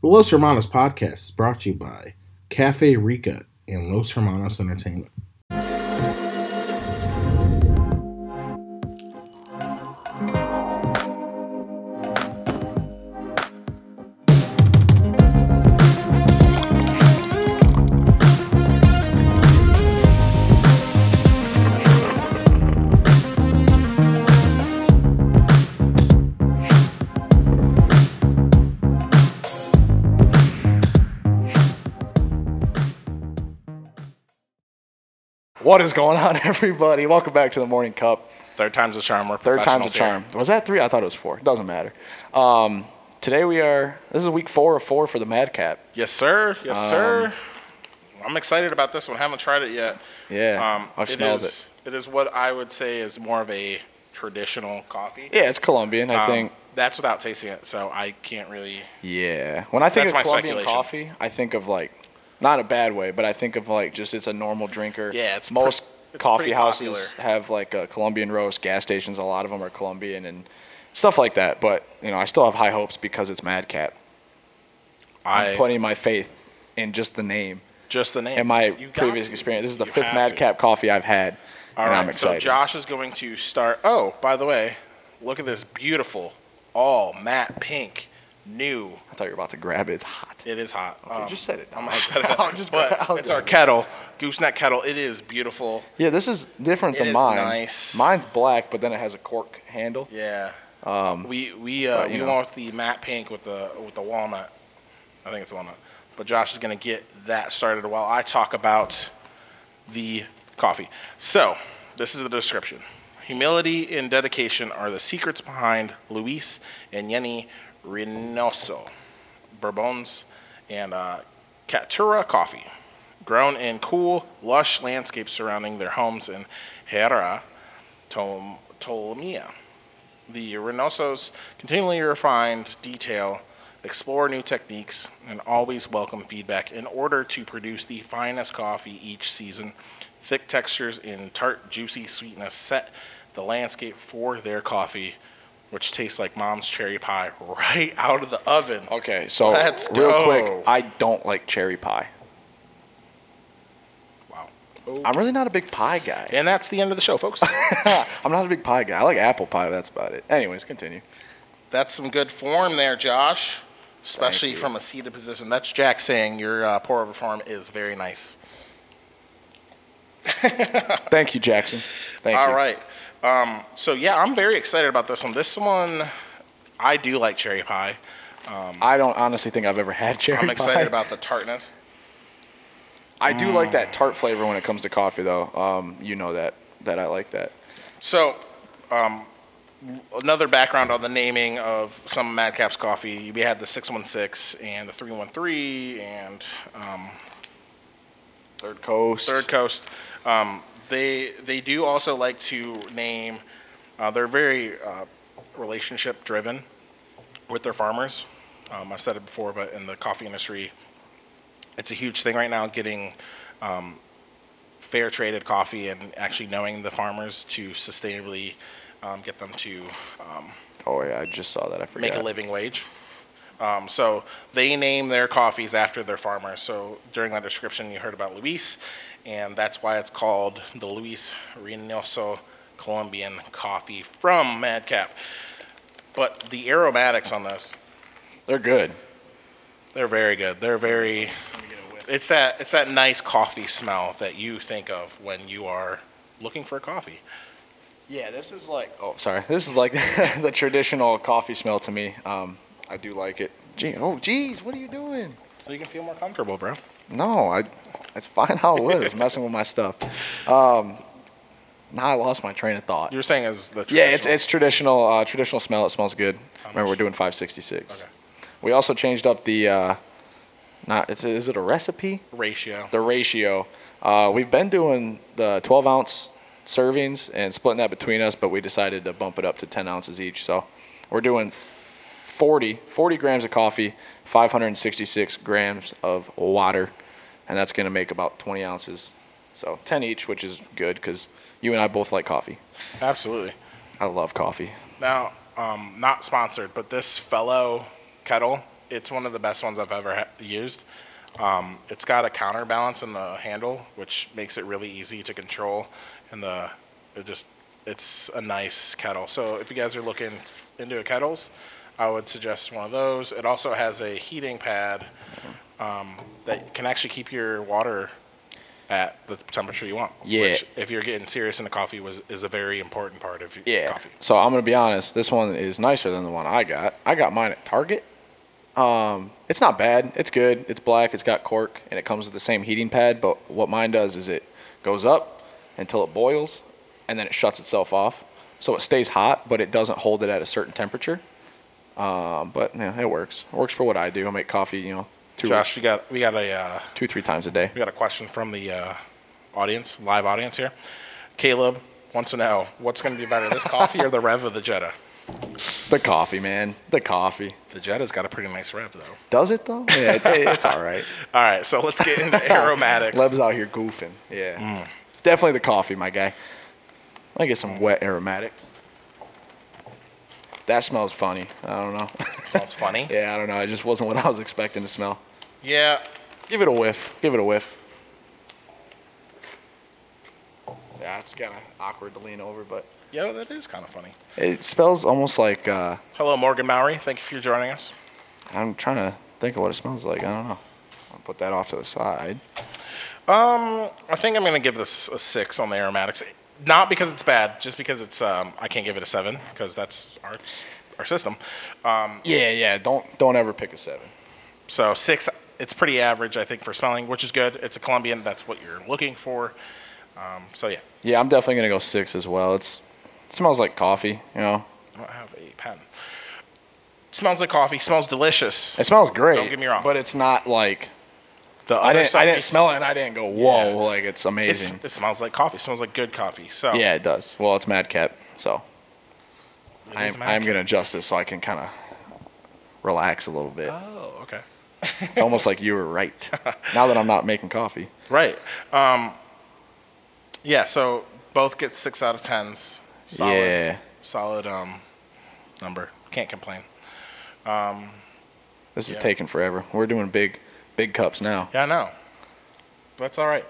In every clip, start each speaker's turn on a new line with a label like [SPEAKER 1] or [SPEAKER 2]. [SPEAKER 1] The Los Hermanos podcast is brought to you by Cafe Rica and Los Hermanos Entertainment.
[SPEAKER 2] What is going on, everybody? Welcome back to the Morning Cup.
[SPEAKER 3] Third time's a charm. We're
[SPEAKER 2] Third time's a
[SPEAKER 3] professionals here.
[SPEAKER 2] charm. Was that three? I thought it was four. Doesn't matter. Um, today we are. This is week four of four for the Madcap.
[SPEAKER 3] Yes, sir. Yes,
[SPEAKER 2] Um,
[SPEAKER 3] sir. I'm excited about this one. Haven't tried it yet.
[SPEAKER 2] Yeah,
[SPEAKER 3] Um,
[SPEAKER 2] I've
[SPEAKER 3] it
[SPEAKER 2] smelled
[SPEAKER 3] is- It is what I would say is more of a traditional coffee.
[SPEAKER 2] it. Yeah, it's Colombian. I
[SPEAKER 3] Um,
[SPEAKER 2] think.
[SPEAKER 3] that's without tasting it, so I can't really.
[SPEAKER 2] Yeah. When I think
[SPEAKER 3] That's
[SPEAKER 2] of
[SPEAKER 3] my
[SPEAKER 2] Colombian
[SPEAKER 3] speculation.
[SPEAKER 2] coffee, I think of like, not a bad way, but I think of like just it's a normal drinker.
[SPEAKER 3] Yeah, it's
[SPEAKER 2] most
[SPEAKER 3] pre- it's
[SPEAKER 2] coffee
[SPEAKER 3] pretty
[SPEAKER 2] houses
[SPEAKER 3] popular.
[SPEAKER 2] have like a Colombian roast. Gas stations, a lot of them are Colombian and stuff like that. But you know, I still have high hopes because it's Madcap. I'm
[SPEAKER 3] I
[SPEAKER 2] putting my faith in just the name.
[SPEAKER 3] just the name.
[SPEAKER 2] in my
[SPEAKER 3] You've got
[SPEAKER 2] previous
[SPEAKER 3] to.
[SPEAKER 2] experience. This is the
[SPEAKER 3] You
[SPEAKER 2] fifth
[SPEAKER 3] have to.
[SPEAKER 2] Madcap coffee I've had,
[SPEAKER 3] All
[SPEAKER 2] and
[SPEAKER 3] right,
[SPEAKER 2] I'm excited.
[SPEAKER 3] So Josh is going to start. Oh, by the way, look at this beautiful, all matte pink, new.
[SPEAKER 2] I thought you were about to grab it. It's hot.
[SPEAKER 3] It is hot. Um,
[SPEAKER 2] just set it
[SPEAKER 3] I'm
[SPEAKER 2] down.
[SPEAKER 3] gonna set it
[SPEAKER 2] I'll
[SPEAKER 3] up.
[SPEAKER 2] just
[SPEAKER 3] But
[SPEAKER 2] grab- I'll
[SPEAKER 3] it's our
[SPEAKER 2] grab it.
[SPEAKER 3] kettle, gooseneck kettle. It is beautiful.
[SPEAKER 2] Yeah, this is different
[SPEAKER 3] It
[SPEAKER 2] than
[SPEAKER 3] is
[SPEAKER 2] mine.
[SPEAKER 3] nice.
[SPEAKER 2] Mine's black, but then it has a cork handle.
[SPEAKER 3] Yeah.
[SPEAKER 2] Um,
[SPEAKER 3] We we uh,
[SPEAKER 2] But, you
[SPEAKER 3] we
[SPEAKER 2] know.
[SPEAKER 3] want the matte pink with the with the walnut. I think it's walnut. But Josh is gonna get that started while I talk about the coffee. So this is the description. Humility and dedication are the secrets behind Luis and Yenny Reynoso, Bourbons, and uh, Catura coffee, grown in cool, lush landscapes surrounding their homes in Herrera, Tom- Tolmia. The Reynosos continually refine detail, explore new techniques, and always welcome feedback in order to produce the finest coffee each season. Thick textures and tart, juicy sweetness set the landscape for their coffee, which tastes like mom's cherry pie right out of the oven.
[SPEAKER 2] Okay, so
[SPEAKER 3] Let's
[SPEAKER 2] real
[SPEAKER 3] go.
[SPEAKER 2] quick, I don't like cherry pie.
[SPEAKER 3] Wow.
[SPEAKER 2] I'm really not a big pie guy.
[SPEAKER 3] And that's the end of the show, folks.
[SPEAKER 2] I'm not a big pie guy. I like apple pie. That's about it. Anyways, continue.
[SPEAKER 3] that's some good form there, Josh, especially
[SPEAKER 2] you.
[SPEAKER 3] from a seated position. That's Jack saying your uh, pour over form is very nice.
[SPEAKER 2] Thank you, Jackson. Thank you.
[SPEAKER 3] All right. Um, so yeah, I'm very excited about this one. This one, I do like cherry pie. Um,
[SPEAKER 2] I don't honestly think I've ever had cherry
[SPEAKER 3] I'm
[SPEAKER 2] pie.
[SPEAKER 3] excited about the tartness.
[SPEAKER 2] I do like
[SPEAKER 3] Mm.
[SPEAKER 2] that tart flavor when it comes to coffee, though. Um, you know that that I like that.
[SPEAKER 3] So, um, another background on the naming of some Madcap's coffee. We had the 616 and the 313 and um,
[SPEAKER 2] Third Coast.
[SPEAKER 3] Third Coast. Um, they they do also like to name. Uh, they're very uh, relationship driven with their farmers. Um, I've said it before, but in the coffee industry, it's a huge thing right now. Getting um, fair traded coffee and actually knowing the farmers to sustainably um, get them to um,
[SPEAKER 2] Oh yeah, I just saw that. I forgot.
[SPEAKER 3] make a living wage. Um, so they name their coffees after their farmers. So during that description, you heard about Luis, and that's why it's called the Luis Reynoso Colombian coffee from Madcap. But the aromatics on this,
[SPEAKER 2] They're good.
[SPEAKER 3] they're very good. They're very. It's that it's that nice coffee smell that you think of when you are looking for a coffee.
[SPEAKER 2] Yeah, this is like. Oh, sorry. This is like the traditional coffee smell to me. Um, I do like it. Gee, oh, geez, what are you doing?
[SPEAKER 3] So you can feel more comfortable, bro.
[SPEAKER 2] No, I. It's fine how it was. It's messing with my stuff. Um, now I lost my train of thought.
[SPEAKER 3] You were saying is the
[SPEAKER 2] Yeah, it's
[SPEAKER 3] traditional-
[SPEAKER 2] it's traditional. Uh, traditional smell. It smells good. Remember,
[SPEAKER 3] much?
[SPEAKER 2] we're doing 566.
[SPEAKER 3] Okay.
[SPEAKER 2] We also changed up the. Uh, not it's, is it a recipe?
[SPEAKER 3] ratio.
[SPEAKER 2] the ratio. Uh, we've been doing the 12 ounce servings and splitting that between us, but we decided to bump it up to 10 ounces each. So we're doing 40, 40 grams of coffee, 566 grams of water, and that's going to make about 20 ounces. So 10 each, which is good because you and I both like coffee.
[SPEAKER 3] Absolutely.
[SPEAKER 2] I love coffee.
[SPEAKER 3] Now, um, not sponsored, but this fellow kettle it's one of the best ones I've ever ha- used. Um, it's got a counterbalance in the handle, which makes it really easy to control, and the it just it's a nice kettle. So if you guys are looking into kettles, I would suggest one of those. It also has a heating pad um, that can actually keep your water at the temperature you want.
[SPEAKER 2] Yeah.
[SPEAKER 3] Which, if you're getting serious into coffee, was is a very important part of
[SPEAKER 2] Yeah.
[SPEAKER 3] coffee.
[SPEAKER 2] So I'm gonna be honest. This one is nicer than the one I got. I got mine at Target. Um, it's not bad. It's good. It's black. It's got cork, and it comes with the same heating pad. But what mine does is it goes up until it boils, and then it shuts itself off. So it stays hot, but it doesn't hold it at a certain temperature. Um, but yeah, it works. It works for what I do. I make coffee, you know, two,
[SPEAKER 3] Josh, we got we got a uh,
[SPEAKER 2] two three times a day.
[SPEAKER 3] we got a question from the uh, audience, live audience here. Caleb wants to know what's going to be better, this coffee or the rev of the Jetta?
[SPEAKER 2] The coffee, man. The coffee.
[SPEAKER 3] The Jetta's got a pretty nice rev though.
[SPEAKER 2] Does it though? Yeah, it, it's all right.
[SPEAKER 3] All right, so let's get into aromatics.
[SPEAKER 2] Leb's out here goofing. Yeah. Definitely the coffee, my guy. I get some wet aromatic. That smells funny. I don't know.
[SPEAKER 3] Smells funny.
[SPEAKER 2] yeah, I don't know. It just wasn't what I was expecting to smell.
[SPEAKER 3] Yeah,
[SPEAKER 2] Give it a whiff. Give it a whiff. Yeah, it's kind of awkward to lean over, but
[SPEAKER 3] yeah, that is kind of funny.
[SPEAKER 2] it smells almost like uh,
[SPEAKER 3] Hello, Morgan Mowry. Thank you for joining us.
[SPEAKER 2] I'm trying to think of what it smells like. I don't know. I'll put that off to the side.
[SPEAKER 3] Um, I think I'm gonna give this a six on the aromatics. Not because it's bad, just because it's um, I can't give it a seven because that's our our system. Um,
[SPEAKER 2] Yeah, yeah. Don't don't ever pick a seven.
[SPEAKER 3] so six, it's pretty average, I think, for smelling, which is good. It's a Colombian, that's what you're looking for. Um, so yeah,
[SPEAKER 2] Yeah, I'm definitely gonna go six as well. It's it smells like coffee, you know.
[SPEAKER 3] I don't have a pen. Smells like coffee. Smells delicious.
[SPEAKER 2] It smells great.
[SPEAKER 3] Don't get me wrong.
[SPEAKER 2] But it's not like
[SPEAKER 3] The
[SPEAKER 2] I didn't I
[SPEAKER 3] side
[SPEAKER 2] didn't
[SPEAKER 3] is-
[SPEAKER 2] smell it and I didn't go whoa
[SPEAKER 3] Yeah.
[SPEAKER 2] like it's
[SPEAKER 3] It's,
[SPEAKER 2] amazing.
[SPEAKER 3] it smells like coffee. Smells like good coffee. So
[SPEAKER 2] yeah, it does. Well, it's madcap, so
[SPEAKER 3] it is
[SPEAKER 2] I'm
[SPEAKER 3] magic.
[SPEAKER 2] I'm gonna adjust this so I can kind of relax a little bit.
[SPEAKER 3] Oh, okay.
[SPEAKER 2] it's almost like you were right. Now that I'm not making coffee.
[SPEAKER 3] Right. Um, yeah. So both get six out of tens. Solid.
[SPEAKER 2] Yeah,
[SPEAKER 3] solid um, number. Can't complain.
[SPEAKER 2] this is
[SPEAKER 3] Yeah.
[SPEAKER 2] taking forever. We're doing big big cups now.
[SPEAKER 3] Yeah, I know. But that's all right.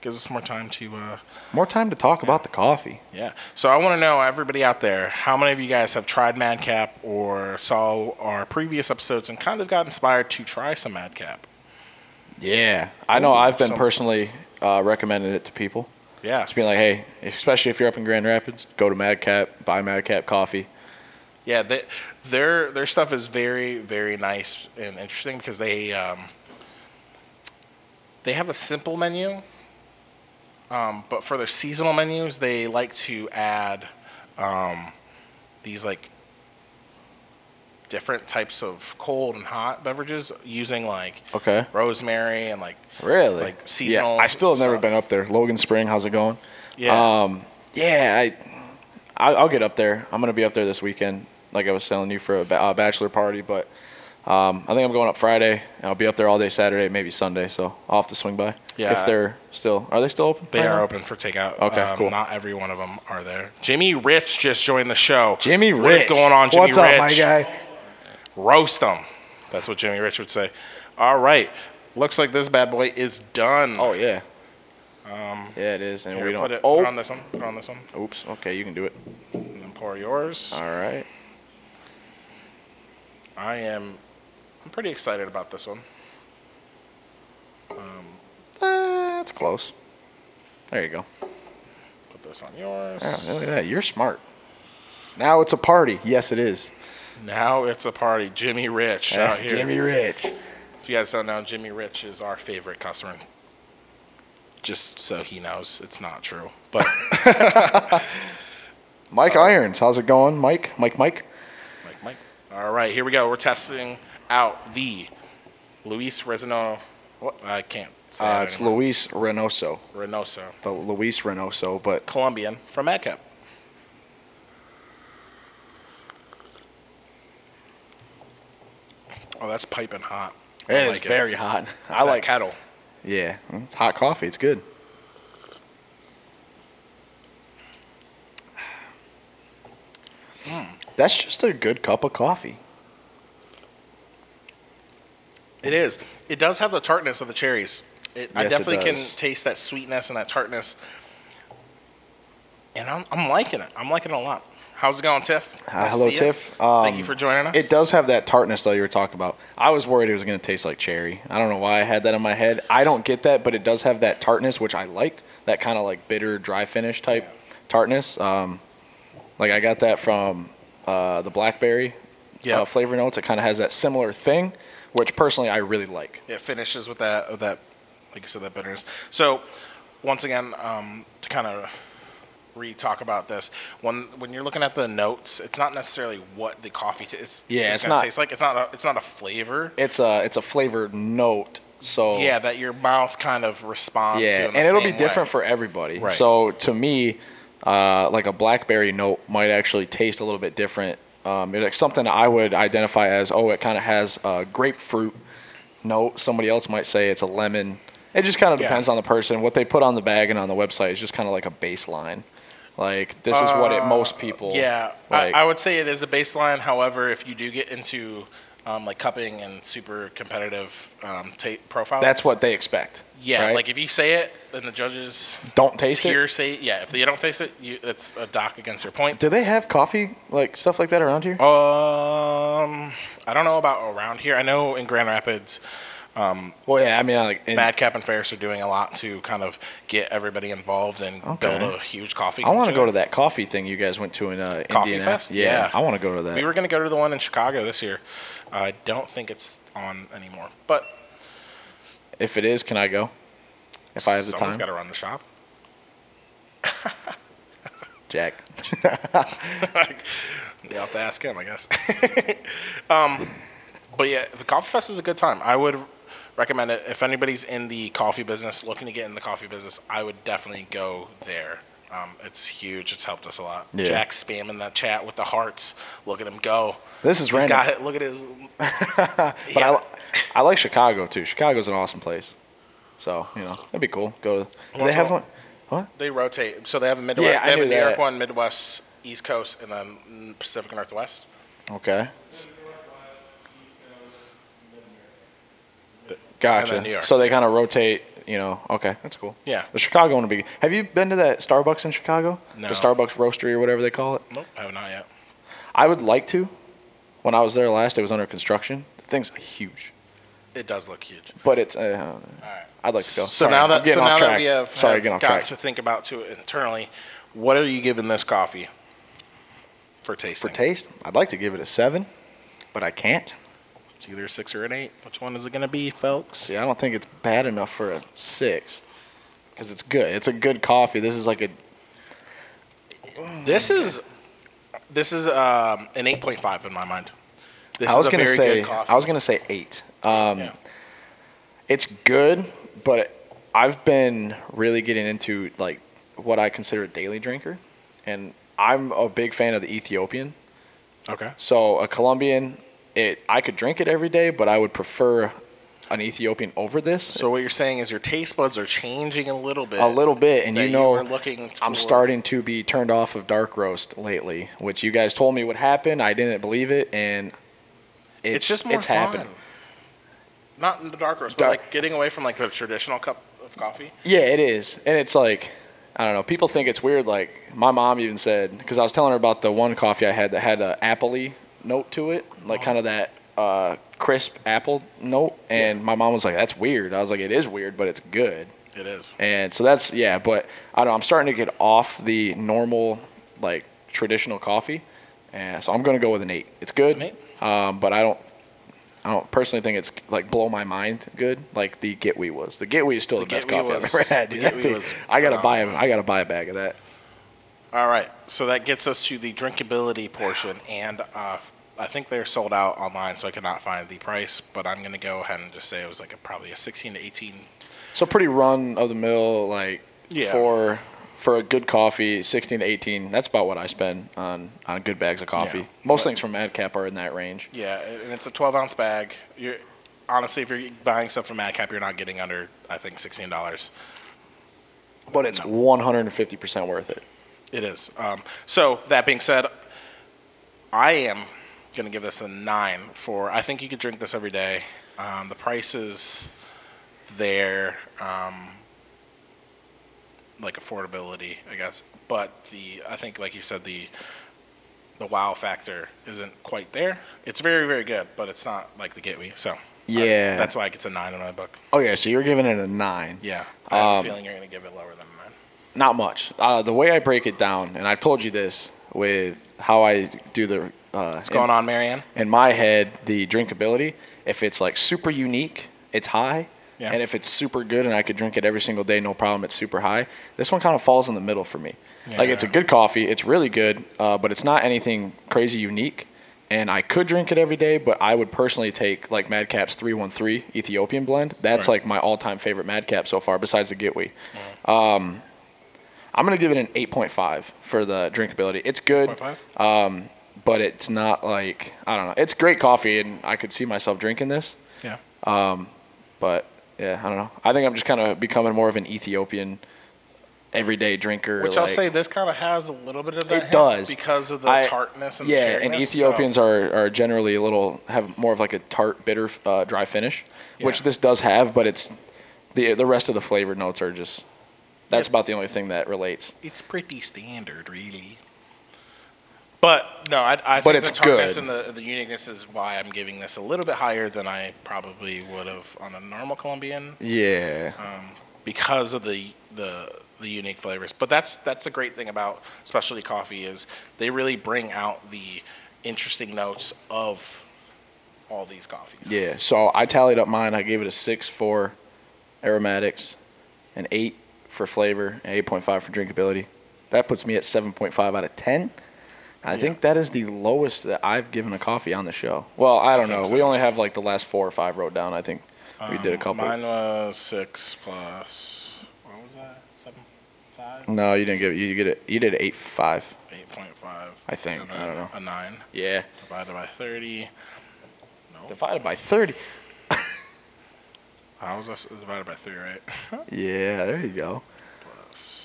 [SPEAKER 3] Gives us more time to. Uh,
[SPEAKER 2] More time to talk about the coffee.
[SPEAKER 3] yeah. So I want to know, everybody out there, how many of you guys have tried Madcap or saw our previous episodes and kind of got inspired to try some Madcap?
[SPEAKER 2] Yeah, I know.
[SPEAKER 3] Ooh,
[SPEAKER 2] I've been
[SPEAKER 3] some-
[SPEAKER 2] personally uh, recommending it to people.
[SPEAKER 3] Yeah.
[SPEAKER 2] Just being like, hey, especially if you're up in Grand Rapids, go to Madcap, buy Madcap coffee.
[SPEAKER 3] Yeah, they, their their stuff is very very nice and interesting because they um, they have a simple menu, um, but for their seasonal menus, they like to add um, these like different types of cold and hot beverages using like
[SPEAKER 2] Okay.
[SPEAKER 3] rosemary and like
[SPEAKER 2] Really?
[SPEAKER 3] Like seasonal
[SPEAKER 2] Yeah, I still have never
[SPEAKER 3] stuff.
[SPEAKER 2] been up there. Logan Spring, how's it going?
[SPEAKER 3] yeah
[SPEAKER 2] Um, yeah, I, I, I'll get up there. I'm gonna be up there this weekend, like I was telling you for a ba- uh, bachelor party. But um, I think I'm going up Friday, and I'll be up there all day Saturday, maybe Sunday. So I'll have to swing by.
[SPEAKER 3] Yeah.
[SPEAKER 2] If they're still, are they still open?
[SPEAKER 3] they
[SPEAKER 2] right
[SPEAKER 3] are
[SPEAKER 2] now?
[SPEAKER 3] open for takeout.
[SPEAKER 2] Okay,
[SPEAKER 3] um,
[SPEAKER 2] cool.
[SPEAKER 3] Not every one of them are there. Jimmy Rich just joined the show.
[SPEAKER 2] Jimmy Rich.
[SPEAKER 3] what is going on, Jimmy
[SPEAKER 2] What's
[SPEAKER 3] Rich?
[SPEAKER 2] up, my guy?
[SPEAKER 3] roast them. That's what Jimmy Rich would say. All right, looks like this bad boy is done.
[SPEAKER 2] Oh yeah.
[SPEAKER 3] um,
[SPEAKER 2] Yeah, it is, and
[SPEAKER 3] here,
[SPEAKER 2] we don't.
[SPEAKER 3] put it
[SPEAKER 2] oh,
[SPEAKER 3] put it on this one. Put it on this one,
[SPEAKER 2] oops. Okay, you can do it.
[SPEAKER 3] and then pour yours.
[SPEAKER 2] All right.
[SPEAKER 3] I am, I'm pretty excited about this one. Um,
[SPEAKER 2] That's close. There you go.
[SPEAKER 3] put this on yours.
[SPEAKER 2] Yeah, look at that. You're smart. Now it's a party. Yes, it is.
[SPEAKER 3] Now it's a party. Jimmy Rich out here.
[SPEAKER 2] Jimmy Rich.
[SPEAKER 3] If you guys don't know, Jimmy Rich is our favorite customer. Just so he knows, it's not true. But
[SPEAKER 2] Mike
[SPEAKER 3] Uh,
[SPEAKER 2] Irons. How's it going, Mike? Mike, Mike?
[SPEAKER 3] Mike, Mike. All right, here we go. We're testing out the Luis Resino.
[SPEAKER 2] What?
[SPEAKER 3] I can't. Say
[SPEAKER 2] Uh,
[SPEAKER 3] that
[SPEAKER 2] it's
[SPEAKER 3] anymore.
[SPEAKER 2] Luis Reynoso.
[SPEAKER 3] Reynoso,
[SPEAKER 2] The Luis Reynoso, but
[SPEAKER 3] Colombian from Madcap. Oh, that's piping hot. I
[SPEAKER 2] it is
[SPEAKER 3] like
[SPEAKER 2] very hot.
[SPEAKER 3] It's
[SPEAKER 2] I
[SPEAKER 3] that
[SPEAKER 2] like
[SPEAKER 3] kettle.
[SPEAKER 2] Yeah. mm, It's hot coffee. It's good.
[SPEAKER 3] Hmm.
[SPEAKER 2] That's just a good cup of coffee.
[SPEAKER 3] It is. It does have the tartness of the cherries. It, I
[SPEAKER 2] Yes, it
[SPEAKER 3] definitely can
[SPEAKER 2] does.
[SPEAKER 3] taste that sweetness and that tartness. And I'm, I'm liking it. I'm liking it a lot. How's it going, Tiff?
[SPEAKER 2] Uh,
[SPEAKER 3] Nice to
[SPEAKER 2] hello,
[SPEAKER 3] see you.
[SPEAKER 2] Tiff.
[SPEAKER 3] Thank you
[SPEAKER 2] Um,
[SPEAKER 3] for joining us.
[SPEAKER 2] It does have that tartness though you were talking about. I was worried it was going to taste like cherry. I don't know why I had that in my head. I don't get that, but it does have that tartness, which I like. That kind of like bitter, dry finish type tartness. Um, like I got that from uh, the blackberry
[SPEAKER 3] Yep.
[SPEAKER 2] uh, flavor notes. It kind of has that similar thing, which personally I really like.
[SPEAKER 3] it finishes with that with that like you said that bitterness so once again um, to kind of re-talk about this when when you're looking at the notes it's not necessarily what the coffee t- is
[SPEAKER 2] Yeah,
[SPEAKER 3] is
[SPEAKER 2] it's
[SPEAKER 3] gonna
[SPEAKER 2] not-
[SPEAKER 3] taste like it's not a, it's not a flavor
[SPEAKER 2] It's a it's a flavored note. So
[SPEAKER 3] yeah that your mouth kind of responds to
[SPEAKER 2] yeah,
[SPEAKER 3] in the
[SPEAKER 2] and it'll be
[SPEAKER 3] same
[SPEAKER 2] different
[SPEAKER 3] way.
[SPEAKER 2] for everybody.
[SPEAKER 3] Right.
[SPEAKER 2] So to me, uh, like a blackberry note might actually taste a little bit different. Um, it's like something I would identify as, oh, it kind of has a grapefruit note. Somebody else might say it's a lemon. It just kind of
[SPEAKER 3] Yeah.
[SPEAKER 2] depends on the person. What they put on the bag and on the website is just kind of like a baseline. Like this is what it most people.
[SPEAKER 3] Uh, yeah
[SPEAKER 2] Like,
[SPEAKER 3] I, I would say it is a baseline however if you do get into um, like cupping and super competitive um, tape profile
[SPEAKER 2] that's what they expect.
[SPEAKER 3] yeah
[SPEAKER 2] right?
[SPEAKER 3] like if you say it then the judges
[SPEAKER 2] don't taste
[SPEAKER 3] here
[SPEAKER 2] it.
[SPEAKER 3] say yeah. If you don't taste it, you, that's a dock against your point.
[SPEAKER 2] Do they have coffee like stuff like that around
[SPEAKER 3] Uh,
[SPEAKER 2] here?
[SPEAKER 3] Um, I don't know about around here. I know in Grand Rapids, um,
[SPEAKER 2] Well, yeah. I mean, like in,
[SPEAKER 3] Madcap and Ferris are doing a lot to kind of get everybody involved and
[SPEAKER 2] Okay.
[SPEAKER 3] build a huge coffee.
[SPEAKER 2] I want to
[SPEAKER 3] culture.
[SPEAKER 2] go to that coffee thing you guys went to in uh,
[SPEAKER 3] Coffee
[SPEAKER 2] Indiana.
[SPEAKER 3] Fest?
[SPEAKER 2] Yeah,
[SPEAKER 3] Yeah.
[SPEAKER 2] I want to go to that.
[SPEAKER 3] We were gonna go to the one in Chicago this year. I don't think it's on anymore, but
[SPEAKER 2] if it is, can I go? If I have the
[SPEAKER 3] someone's
[SPEAKER 2] time,
[SPEAKER 3] got to run the shop.
[SPEAKER 2] Jack.
[SPEAKER 3] You'll have to ask him, I guess. um, but yeah, the coffee fest is a good time. I would recommend it if anybody's in the coffee business, looking to get in the coffee business. I would definitely go there. Um, it's huge. It's helped us a lot.
[SPEAKER 2] Yeah.
[SPEAKER 3] Jack spamming that chat with the hearts. Look at him go.
[SPEAKER 2] This is
[SPEAKER 3] He's
[SPEAKER 2] random.
[SPEAKER 3] got it. Look at his.
[SPEAKER 2] but I, li- I like Chicago too. Chicago's an awesome place. So you know, that'd be cool. Go to. Do they
[SPEAKER 3] Once
[SPEAKER 2] have
[SPEAKER 3] in a-
[SPEAKER 2] one? What?
[SPEAKER 3] They rotate, so they have a Midwest.
[SPEAKER 2] Yeah, I
[SPEAKER 3] they have a
[SPEAKER 2] knew
[SPEAKER 3] New York
[SPEAKER 2] that.
[SPEAKER 3] one, Midwest, East Coast, and then mm, Pacific Northwest.
[SPEAKER 2] Okay.
[SPEAKER 3] Th-
[SPEAKER 2] Gotcha.
[SPEAKER 3] New York.
[SPEAKER 2] So they kind of rotate. You know. Okay, that's cool.
[SPEAKER 3] Yeah.
[SPEAKER 2] The Chicago one would be. Have you been to that Starbucks in Chicago?
[SPEAKER 3] No.
[SPEAKER 2] The Starbucks roastery or whatever they call it.
[SPEAKER 3] Nope, I have not yet.
[SPEAKER 2] I would like to. When I was there last, it was under construction. The thing's huge,
[SPEAKER 3] It does look huge.
[SPEAKER 2] but it's. Uh,
[SPEAKER 3] All right.
[SPEAKER 2] I'd like to go.
[SPEAKER 3] So
[SPEAKER 2] Sorry,
[SPEAKER 3] now
[SPEAKER 2] I'm
[SPEAKER 3] that so
[SPEAKER 2] getting off
[SPEAKER 3] now that
[SPEAKER 2] track.
[SPEAKER 3] we have,
[SPEAKER 2] sorry,
[SPEAKER 3] have
[SPEAKER 2] getting off
[SPEAKER 3] got
[SPEAKER 2] track
[SPEAKER 3] to think about to it internally, what are you giving this coffee for
[SPEAKER 2] for
[SPEAKER 3] tasting?
[SPEAKER 2] taste. I'd like to give it a seven, but I can't.
[SPEAKER 3] it's either a six or an eight. Which one is it going to be, folks?
[SPEAKER 2] See, I don't think it's bad enough for a six, because it's good. It's a good coffee. This is like a
[SPEAKER 3] This is this is um, an eight point five in my mind. This
[SPEAKER 2] I was
[SPEAKER 3] is a
[SPEAKER 2] gonna
[SPEAKER 3] very
[SPEAKER 2] say
[SPEAKER 3] good coffee.
[SPEAKER 2] I was gonna say eight. Um,
[SPEAKER 3] Yeah.
[SPEAKER 2] It's good, but I've been really getting into like what I consider a daily drinker, and I'm a big fan of the Ethiopian.
[SPEAKER 3] okay.
[SPEAKER 2] So a Colombian, it I could drink it every day, but I would prefer an Ethiopian over this.
[SPEAKER 3] So what you're saying is your taste buds are changing a little bit.
[SPEAKER 2] a little bit, and
[SPEAKER 3] that
[SPEAKER 2] you know,
[SPEAKER 3] were looking.
[SPEAKER 2] I'm
[SPEAKER 3] for-
[SPEAKER 2] starting to be turned off of dark roast lately, which you guys told me would happen. I didn't believe it, and it's,
[SPEAKER 3] It's, just more
[SPEAKER 2] it's
[SPEAKER 3] fun.
[SPEAKER 2] happening.
[SPEAKER 3] Not in the dark roast, but
[SPEAKER 2] Dark-
[SPEAKER 3] like getting away from like the traditional cup of coffee.
[SPEAKER 2] Yeah, it is, and it's like I don't know. People think it's weird. Like my mom even said, because I was telling her about the one coffee I had that had an appley note to it, like kind of that uh, crisp apple note, and my mom was like, "That's weird." I was like, "It is weird, but it's good."
[SPEAKER 3] It is.
[SPEAKER 2] And so that's yeah, but I don't know, I'm starting to get off the normal like traditional coffee. And so I'm going to go with an 8. It's good.
[SPEAKER 3] An eight?
[SPEAKER 2] Um, but I don't I don't personally think it's like blow my mind good like the Get We was. The Get We is still the,
[SPEAKER 3] The
[SPEAKER 2] best
[SPEAKER 3] Get We
[SPEAKER 2] coffee I've
[SPEAKER 3] was-
[SPEAKER 2] ever had.
[SPEAKER 3] the
[SPEAKER 2] dude.
[SPEAKER 3] Get
[SPEAKER 2] That
[SPEAKER 3] We
[SPEAKER 2] thing-
[SPEAKER 3] was
[SPEAKER 2] I got to buy a, I got to buy a bag of that.
[SPEAKER 3] All right, so that gets us to the drinkability portion, and uh, I think they're sold out online, so I cannot find the price. But I'm gonna go ahead and just say it was like a, probably a 16 to 18.
[SPEAKER 2] So pretty run of the mill like
[SPEAKER 3] Yeah.
[SPEAKER 2] for for a good coffee, 16 to 18. That's about what I spend on on good bags of coffee.
[SPEAKER 3] Yeah.
[SPEAKER 2] Most things from Madcap are in that range.
[SPEAKER 3] Yeah, and it's a 12 ounce bag. You're honestly, if you're buying stuff from Madcap, you're not getting under I think 16 dollars.
[SPEAKER 2] But it's 150% worth it.
[SPEAKER 3] It is. Um, so that being said, I am gonna give this a nine for. I think you could drink this every day. Um, the price is there, um, like affordability, I guess. But the I think, like you said, the the wow factor isn't quite there. It's very very good, but it's not like the get me. So I-
[SPEAKER 2] Yeah.
[SPEAKER 3] that's why it gets a nine in my book.
[SPEAKER 2] Okay, Oh, so you're giving it a nine.
[SPEAKER 3] Yeah, I have
[SPEAKER 2] Um,
[SPEAKER 3] a feeling you're gonna give it lower than a nine.
[SPEAKER 2] Not much. Uh, the way I break it down, and I've told you this with how I do the. Uh,
[SPEAKER 3] What's going on, Marianne?
[SPEAKER 2] in my head, the drinkability, if it's like super unique, it's high.
[SPEAKER 3] Yeah.
[SPEAKER 2] And if it's super good and I could drink it every single day, no problem, it's super high. This one kind of falls in the middle for me. Like it's a
[SPEAKER 3] Yeah.
[SPEAKER 2] good coffee, it's really good, uh, but it's not anything crazy unique. And I could drink it every day, but I would personally take like Madcap's 313 Ethiopian blend. That's
[SPEAKER 3] Right.
[SPEAKER 2] like my all time favorite Madcap so far, besides the Gitwe. Um, I'm going to give it an 8.5 for the drinkability. It's good.
[SPEAKER 3] 8.5?
[SPEAKER 2] Um, but it's not like I don't know. It's great coffee, and I could see myself drinking this.
[SPEAKER 3] Yeah.
[SPEAKER 2] Um, but yeah, I don't know. I think I'm just kind of becoming more of an Ethiopian everyday drinker.
[SPEAKER 3] Which I'll
[SPEAKER 2] like-
[SPEAKER 3] say this kind of has a little bit of that.
[SPEAKER 2] it
[SPEAKER 3] hint
[SPEAKER 2] does
[SPEAKER 3] because of the
[SPEAKER 2] I-
[SPEAKER 3] tartness and
[SPEAKER 2] yeah,
[SPEAKER 3] the
[SPEAKER 2] and
[SPEAKER 3] cherryness, so-
[SPEAKER 2] Ethiopians are are generally a little have more of like a tart, bitter, uh, dry finish, which
[SPEAKER 3] Yeah.
[SPEAKER 2] this does have, but it's the the rest of the flavor notes are just. That's
[SPEAKER 3] Yeah.
[SPEAKER 2] about the only thing that relates.
[SPEAKER 3] It's pretty standard, really. But no, I, I
[SPEAKER 2] But
[SPEAKER 3] think
[SPEAKER 2] it's
[SPEAKER 3] the tartness
[SPEAKER 2] good.
[SPEAKER 3] and the, the uniqueness is why I'm giving this a little bit higher than I probably would have on a normal Colombian,
[SPEAKER 2] Yeah.
[SPEAKER 3] um, because of the the the unique flavors. But that's that's a great thing about specialty coffee is they really bring out the interesting notes of all these coffees.
[SPEAKER 2] Yeah, so I tallied up mine. I gave it a six for aromatics, an eight for flavor, and eight point five for drinkability. That puts me at seven point five out of ten. I
[SPEAKER 3] Yeah.
[SPEAKER 2] think that is the lowest that I've given a coffee on the show. Well, I don't
[SPEAKER 3] think
[SPEAKER 2] know.
[SPEAKER 3] so.
[SPEAKER 2] We only have like the last four or five wrote down. I think we did a
[SPEAKER 3] Um,
[SPEAKER 2] couple.
[SPEAKER 3] Mine was six plus. What was that? Seven, five,
[SPEAKER 2] No, you didn't give. You get it. You did eight five.
[SPEAKER 3] eight point five.
[SPEAKER 2] I think.
[SPEAKER 3] and
[SPEAKER 2] I
[SPEAKER 3] then
[SPEAKER 2] don't know.
[SPEAKER 3] A nine
[SPEAKER 2] Yeah,
[SPEAKER 3] divided by thirty. No.
[SPEAKER 2] divided by thirty.
[SPEAKER 3] How was this it's divided by three, right?
[SPEAKER 2] Yeah, there you go.
[SPEAKER 3] plus.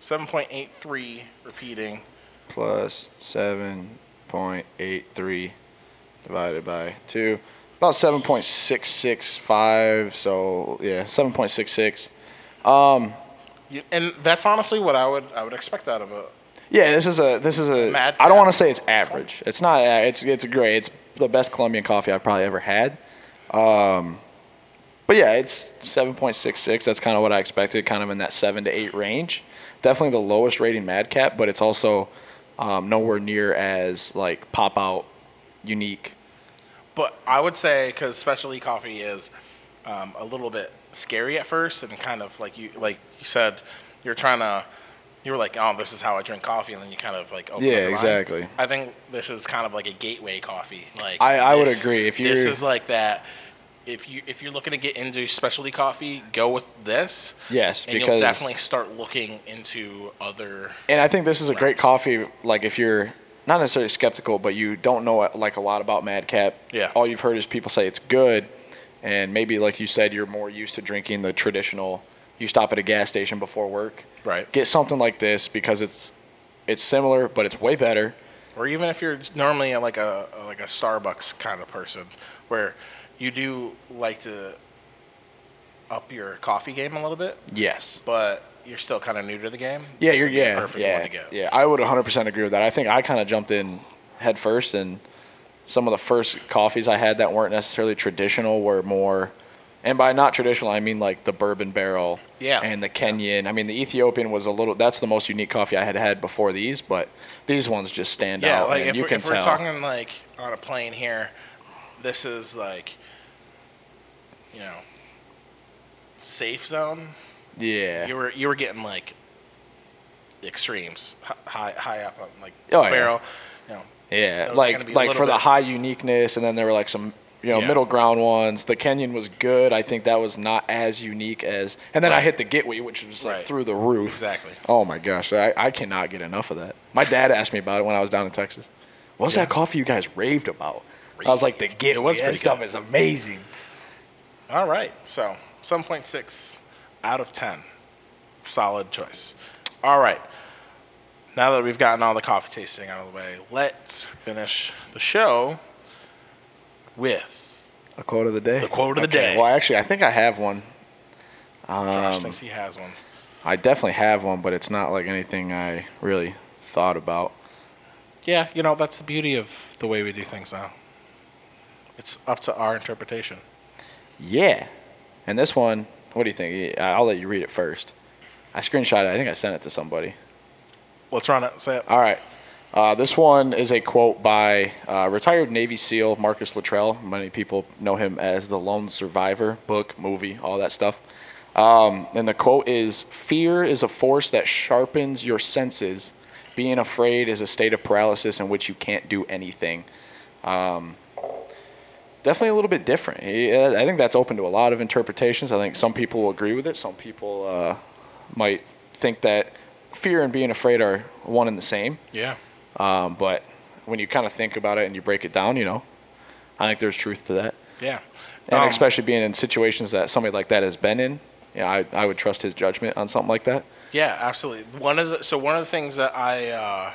[SPEAKER 3] Seven point eight three repeating.
[SPEAKER 2] plus 7.83 divided by 2 about 7.665 so yeah 7.66 um
[SPEAKER 3] You- And that's honestly what I would I would expect out of a
[SPEAKER 2] yeah this is a this is a
[SPEAKER 3] Mad
[SPEAKER 2] I don't
[SPEAKER 3] cow.
[SPEAKER 2] want to say it's average it's not a- it's it's great it's the best Colombian coffee I've probably ever had um but yeah it's 7.66 that's kind of what I expected kind of in that 7 to 8 range definitely the lowest rating madcap but it's also um, nowhere near as like pop out unique
[SPEAKER 3] But I would say because specialty coffee is um, a little bit scary at first, and kind of like you like you said, you're trying to. You were like, oh, this is how I drink coffee, and then you kind of like open up
[SPEAKER 2] Yeah,
[SPEAKER 3] your mind.
[SPEAKER 2] exactly.
[SPEAKER 3] I think this is kind of like a gateway coffee. Like
[SPEAKER 2] I- I would
[SPEAKER 3] this-
[SPEAKER 2] agree. If
[SPEAKER 3] this
[SPEAKER 2] you're-
[SPEAKER 3] is like that, if you if you're looking to get into specialty coffee, go with this,
[SPEAKER 2] Yes,
[SPEAKER 3] and you'll
[SPEAKER 2] because-
[SPEAKER 3] definitely start looking into other.
[SPEAKER 2] And I think this is a great
[SPEAKER 3] Right.
[SPEAKER 2] coffee. Like if you're not necessarily skeptical, but you don't know like a lot about Madcap.
[SPEAKER 3] Yeah.
[SPEAKER 2] All you've heard is people say it's good, and maybe like you said, you're more used to drinking the traditional. You stop at a gas station before work.
[SPEAKER 3] Right.
[SPEAKER 2] Get something like this because it's it's similar, but it's way better.
[SPEAKER 3] or even if you're normally a, like a like a Starbucks kind of person, where you do like to up your coffee game a little bit,
[SPEAKER 2] Yes.
[SPEAKER 3] but you're still kind of new to the game.
[SPEAKER 2] Yeah,
[SPEAKER 3] this
[SPEAKER 2] you're
[SPEAKER 3] would be a
[SPEAKER 2] yeah
[SPEAKER 3] perfect
[SPEAKER 2] yeah
[SPEAKER 3] one to get.
[SPEAKER 2] yeah. I would 100% agree with that. I think I kind of jumped in head first, and some of the first coffees I had that weren't necessarily traditional were more, and by not traditional I mean like the bourbon barrel,
[SPEAKER 3] Yeah.
[SPEAKER 2] and the Kenyan. I mean the Ethiopian was a little. That's the most unique coffee I had had before these, but these ones just stand
[SPEAKER 3] Yeah,
[SPEAKER 2] out.
[SPEAKER 3] like
[SPEAKER 2] and
[SPEAKER 3] if,
[SPEAKER 2] you
[SPEAKER 3] we're,
[SPEAKER 2] can
[SPEAKER 3] if we're
[SPEAKER 2] tell.
[SPEAKER 3] talking like on a plane here, this is like, you know, safe zone.
[SPEAKER 2] yeah,
[SPEAKER 3] You were you were getting like extremes, hi- high high up on like
[SPEAKER 2] Oh, yeah.
[SPEAKER 3] barrel. You know,
[SPEAKER 2] Yeah,
[SPEAKER 3] Those are gonna
[SPEAKER 2] like
[SPEAKER 3] be a
[SPEAKER 2] like for
[SPEAKER 3] little
[SPEAKER 2] the
[SPEAKER 3] bit-
[SPEAKER 2] high uniqueness, and then there were like some you know
[SPEAKER 3] Yeah.
[SPEAKER 2] middle ground ones. The Kenyan was good. I think that was not as unique as, and then I
[SPEAKER 3] Right.
[SPEAKER 2] hit the Gitwe, which was like
[SPEAKER 3] Right.
[SPEAKER 2] through the roof.
[SPEAKER 3] exactly.
[SPEAKER 2] Oh my gosh, I, I cannot get enough of that. My dad asked me about it when I was down in Texas. What was
[SPEAKER 3] Yeah.
[SPEAKER 2] that coffee you guys raved about? I was like, the Gitwe.
[SPEAKER 3] It was
[SPEAKER 2] that
[SPEAKER 3] pretty
[SPEAKER 2] stuff
[SPEAKER 3] good.
[SPEAKER 2] is amazing.
[SPEAKER 3] All right. So 7.6 out of 10. Solid choice. All right. now that we've gotten all the coffee tasting out of the way, let's finish the show with
[SPEAKER 2] A quote of the day.
[SPEAKER 3] The quote of the
[SPEAKER 2] Okay,
[SPEAKER 3] day.
[SPEAKER 2] Well, actually, I think I have one.
[SPEAKER 3] Josh
[SPEAKER 2] Um,
[SPEAKER 3] thinks he has one.
[SPEAKER 2] I definitely have one, but it's not like anything I really thought about.
[SPEAKER 3] Yeah, you know that's the beauty of the way we do things now. It's up to our interpretation.
[SPEAKER 2] Yeah. And this one, what do you think? Yeah, I'll let you read it first. I screenshot it. I think I sent it to somebody.
[SPEAKER 3] Let's run it. Say it.
[SPEAKER 2] All right. Uh, this one is a quote by uh, retired Navy SEAL Marcus Luttrell. Many people know him as the Lone Survivor, book, movie, all that stuff. Um, and the quote is Fear is a force that sharpens your senses. Being afraid is a state of paralysis in which you can't do anything. Um, definitely a little bit different. Yeah, I think that's open to a lot of interpretations. I think some people will agree with it. Some people uh, might think that fear and being afraid are one and the same.
[SPEAKER 3] Yeah.
[SPEAKER 2] Um, but when you kind of think about it and you break it down, you know, I think there's truth to that.
[SPEAKER 3] Yeah.
[SPEAKER 2] And
[SPEAKER 3] Um,
[SPEAKER 2] especially being in situations that somebody like that has been in, you know, I, I would trust his judgment on something like that.
[SPEAKER 3] Yeah, absolutely. One of the so one of the things that I uh,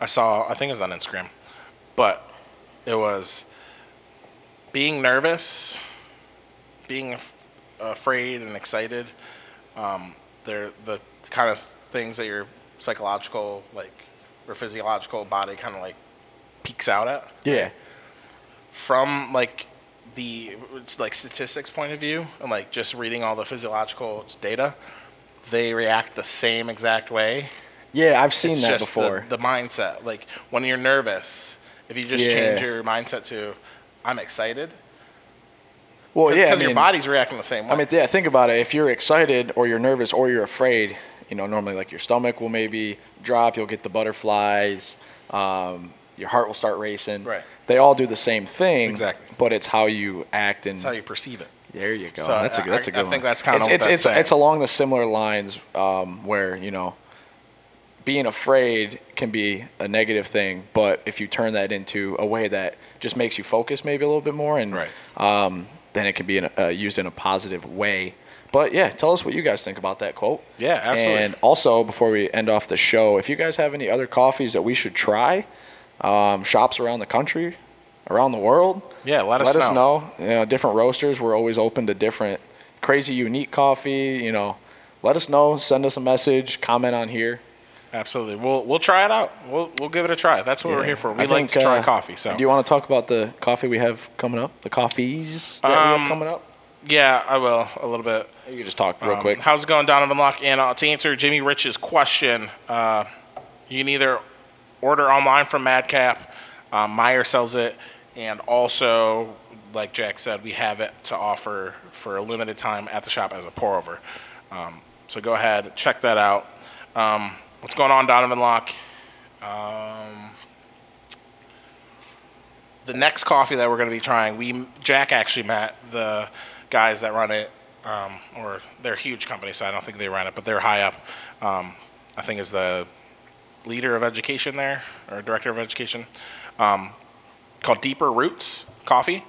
[SPEAKER 3] I saw I think it was on Instagram, but it was being nervous, being af- afraid and excited. Um, they're the kind of things that your psychological like or physiological body kind of like peaks out at
[SPEAKER 2] Yeah.
[SPEAKER 3] from like the it's like statistics point of view and like just reading all the physiological data, they react the same exact way.
[SPEAKER 2] Yeah, I've seen
[SPEAKER 3] It's
[SPEAKER 2] that
[SPEAKER 3] just the-
[SPEAKER 2] before.
[SPEAKER 3] The, mindset, like when you're nervous, if you just
[SPEAKER 2] Yeah.
[SPEAKER 3] change your mindset to "I'm excited,"
[SPEAKER 2] well, yeah, I
[SPEAKER 3] because
[SPEAKER 2] mean,
[SPEAKER 3] your body's reacting the same way.
[SPEAKER 2] I mean, yeah, think about it. If you're excited or you're nervous or you're afraid, you know, normally like your stomach will maybe drop, you'll get the butterflies, um, your heart will start racing.
[SPEAKER 3] Right.
[SPEAKER 2] They all do the same thing.
[SPEAKER 3] Exactly.
[SPEAKER 2] But it's how you act and
[SPEAKER 3] that's how you perceive it.
[SPEAKER 2] There you go.
[SPEAKER 3] So,
[SPEAKER 2] that's a
[SPEAKER 3] I-
[SPEAKER 2] good. That's a
[SPEAKER 3] I-
[SPEAKER 2] good
[SPEAKER 3] I
[SPEAKER 2] one.
[SPEAKER 3] think that's kinda
[SPEAKER 2] It's
[SPEAKER 3] what
[SPEAKER 2] it's
[SPEAKER 3] that's
[SPEAKER 2] it's,
[SPEAKER 3] saying.
[SPEAKER 2] it's along the similar lines um, where you know, being afraid can be a negative thing, but if you turn that into a way that just makes you focus maybe a little bit more, and
[SPEAKER 3] Right.
[SPEAKER 2] um, then it can be in a, uh, used in a positive way. But yeah, tell us what you guys think about that quote.
[SPEAKER 3] Yeah, absolutely.
[SPEAKER 2] And also, before we end off the show, if you guys have any other coffees that we should try, um, shops around the country, around the world,
[SPEAKER 3] Yeah, let us
[SPEAKER 2] let us
[SPEAKER 3] know.
[SPEAKER 2] know. You know, different roasters. We're always open to different crazy, unique coffee. You know, let us know. Send us a message. Comment on here.
[SPEAKER 3] Absolutely, we'll we'll try it out. We'll we'll give it a try. That's what we're
[SPEAKER 2] Yeah.
[SPEAKER 3] here for.
[SPEAKER 2] I
[SPEAKER 3] We like
[SPEAKER 2] think,
[SPEAKER 3] to try
[SPEAKER 2] uh,
[SPEAKER 3] coffee. So
[SPEAKER 2] do you want to talk about the coffee we have coming up? The coffees that we
[SPEAKER 3] Um,
[SPEAKER 2] have coming up.
[SPEAKER 3] yeah, I will a little bit.
[SPEAKER 2] You can just talk real
[SPEAKER 3] Um,
[SPEAKER 2] quick.
[SPEAKER 3] How's it going, Donovan Locke? And uh, to answer Jimmy Rich's question, uh, you can either order online from Madcap, um, Meyer sells it, and also, like Jack said, we have it to offer for a limited time at the shop as a pour over. Um, so go ahead, check that out. Um, what's going on, Donovan Locke? Um, the next coffee that we're going to be trying, we Jack actually met the guys that run it, um, or they're a huge company, so I don't think they run it, but they're high up. Um, I think is the leader of education there or director of education, um, called Deeper Roots Coffee,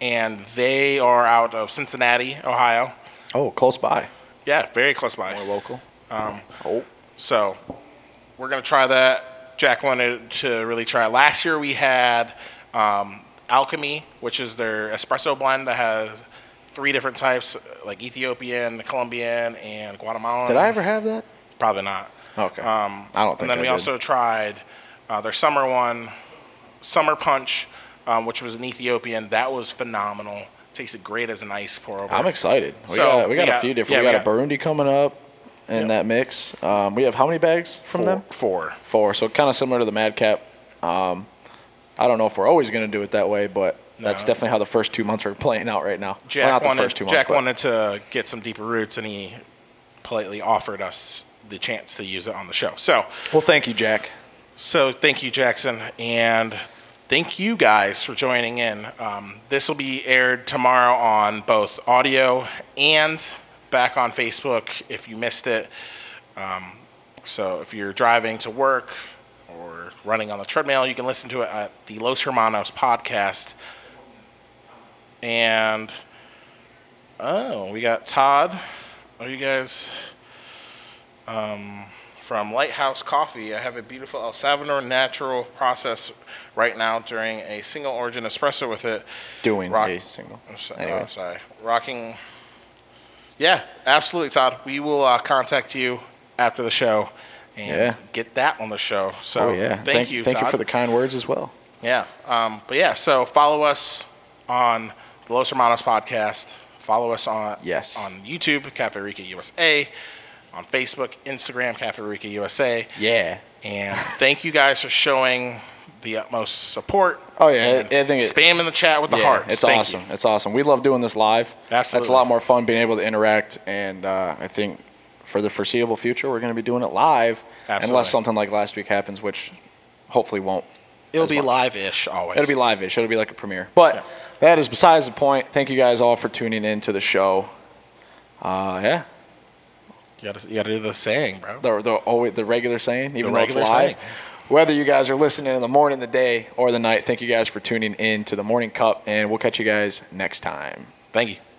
[SPEAKER 3] and they are out of Cincinnati, Ohio.
[SPEAKER 2] oh, close by.
[SPEAKER 3] Yeah, very close by.
[SPEAKER 2] More local.
[SPEAKER 3] Um,
[SPEAKER 2] Oh,
[SPEAKER 3] so we're gonna try that. Jack wanted to really try. Last year we had um, Alchemy, which is their espresso blend that has three different types, like Ethiopian, Colombian, and Guatemalan.
[SPEAKER 2] did I ever have that?
[SPEAKER 3] Probably not.
[SPEAKER 2] Okay.
[SPEAKER 3] Um,
[SPEAKER 2] I don't think.
[SPEAKER 3] And then
[SPEAKER 2] I
[SPEAKER 3] we
[SPEAKER 2] did.
[SPEAKER 3] also tried uh, their summer one, summer punch, um, which was an Ethiopian. That was phenomenal. Tasted great as an ice pour over.
[SPEAKER 2] I'm excited. We
[SPEAKER 3] So,
[SPEAKER 2] got we got
[SPEAKER 3] we
[SPEAKER 2] a
[SPEAKER 3] got-
[SPEAKER 2] few
[SPEAKER 3] yeah,
[SPEAKER 2] different.
[SPEAKER 3] we
[SPEAKER 2] we got, a Burundi coming up in
[SPEAKER 3] Yep.
[SPEAKER 2] that mix. Um, we have how many bags from
[SPEAKER 3] four,
[SPEAKER 2] them?
[SPEAKER 3] four.
[SPEAKER 2] four. So kind of similar to the Madcap. Um, I don't know if we're always going to do it that way, but that's
[SPEAKER 3] No.
[SPEAKER 2] definitely how the first two months are playing out right now. Well,
[SPEAKER 3] Jack
[SPEAKER 2] not
[SPEAKER 3] wanted
[SPEAKER 2] the first two months,
[SPEAKER 3] Jack
[SPEAKER 2] but-
[SPEAKER 3] wanted to get some deeper roots, and he politely offered us the chance to use it on the show. So,
[SPEAKER 2] Well, thank you, Jack.
[SPEAKER 3] so thank you, Jackson, and thank you guys for joining in. Um, this will be aired tomorrow on both audio and back on Facebook if you missed it. Um, so, if you're driving to work or running on the treadmill, you can listen to it at the Los Hermanos podcast. And oh, we got Todd. Are you guys um, From Lighthouse Coffee, I have a beautiful El Salvador natural process right now during a single origin espresso with it.
[SPEAKER 2] Doing
[SPEAKER 3] Rock-
[SPEAKER 2] a single.
[SPEAKER 3] I'm so-
[SPEAKER 2] Anyway.
[SPEAKER 3] oh, sorry. Rocking. Yeah, absolutely, Todd. We will uh, contact you after the show and
[SPEAKER 2] Yeah.
[SPEAKER 3] get that on the show. So
[SPEAKER 2] oh yeah.
[SPEAKER 3] thank, you,
[SPEAKER 2] Thank
[SPEAKER 3] Todd.
[SPEAKER 2] you for the kind words as well.
[SPEAKER 3] Yeah. Um, but yeah, so follow us on the Los Hermanos podcast. Follow us on
[SPEAKER 2] Yes.
[SPEAKER 3] on YouTube, Cafe Rica USA, on Facebook, Instagram, Cafe Rica USA.
[SPEAKER 2] Yeah.
[SPEAKER 3] And thank you guys for showing the utmost support.
[SPEAKER 2] Oh, yeah,
[SPEAKER 3] and
[SPEAKER 2] I- I think it-
[SPEAKER 3] spam in the chat with the
[SPEAKER 2] yeah,
[SPEAKER 3] hearts.
[SPEAKER 2] It's
[SPEAKER 3] Thank you.
[SPEAKER 2] awesome. It's awesome. We love doing this live. That's a
[SPEAKER 3] Absolutely.
[SPEAKER 2] lot more fun being able to interact. And uh, I think for the foreseeable future, we're going to be doing it live,
[SPEAKER 3] Absolutely.
[SPEAKER 2] unless something like last week happens, which hopefully won't.
[SPEAKER 3] It'll
[SPEAKER 2] as
[SPEAKER 3] be
[SPEAKER 2] much.
[SPEAKER 3] live-ish always.
[SPEAKER 2] It'll be live-ish. It'll be like a premiere. But
[SPEAKER 3] Yeah.
[SPEAKER 2] that is besides the point. Thank you guys all for tuning in to the show. Uh, yeah,
[SPEAKER 3] You gotta, you gotta do the saying, bro.
[SPEAKER 2] the the always, the regular saying, even though it's
[SPEAKER 3] regular
[SPEAKER 2] live.
[SPEAKER 3] saying.
[SPEAKER 2] Whether you guys are listening in the morning, the day, or the night, thank you guys for tuning in to the Morning Cup, and we'll catch you guys next time.
[SPEAKER 3] Thank you.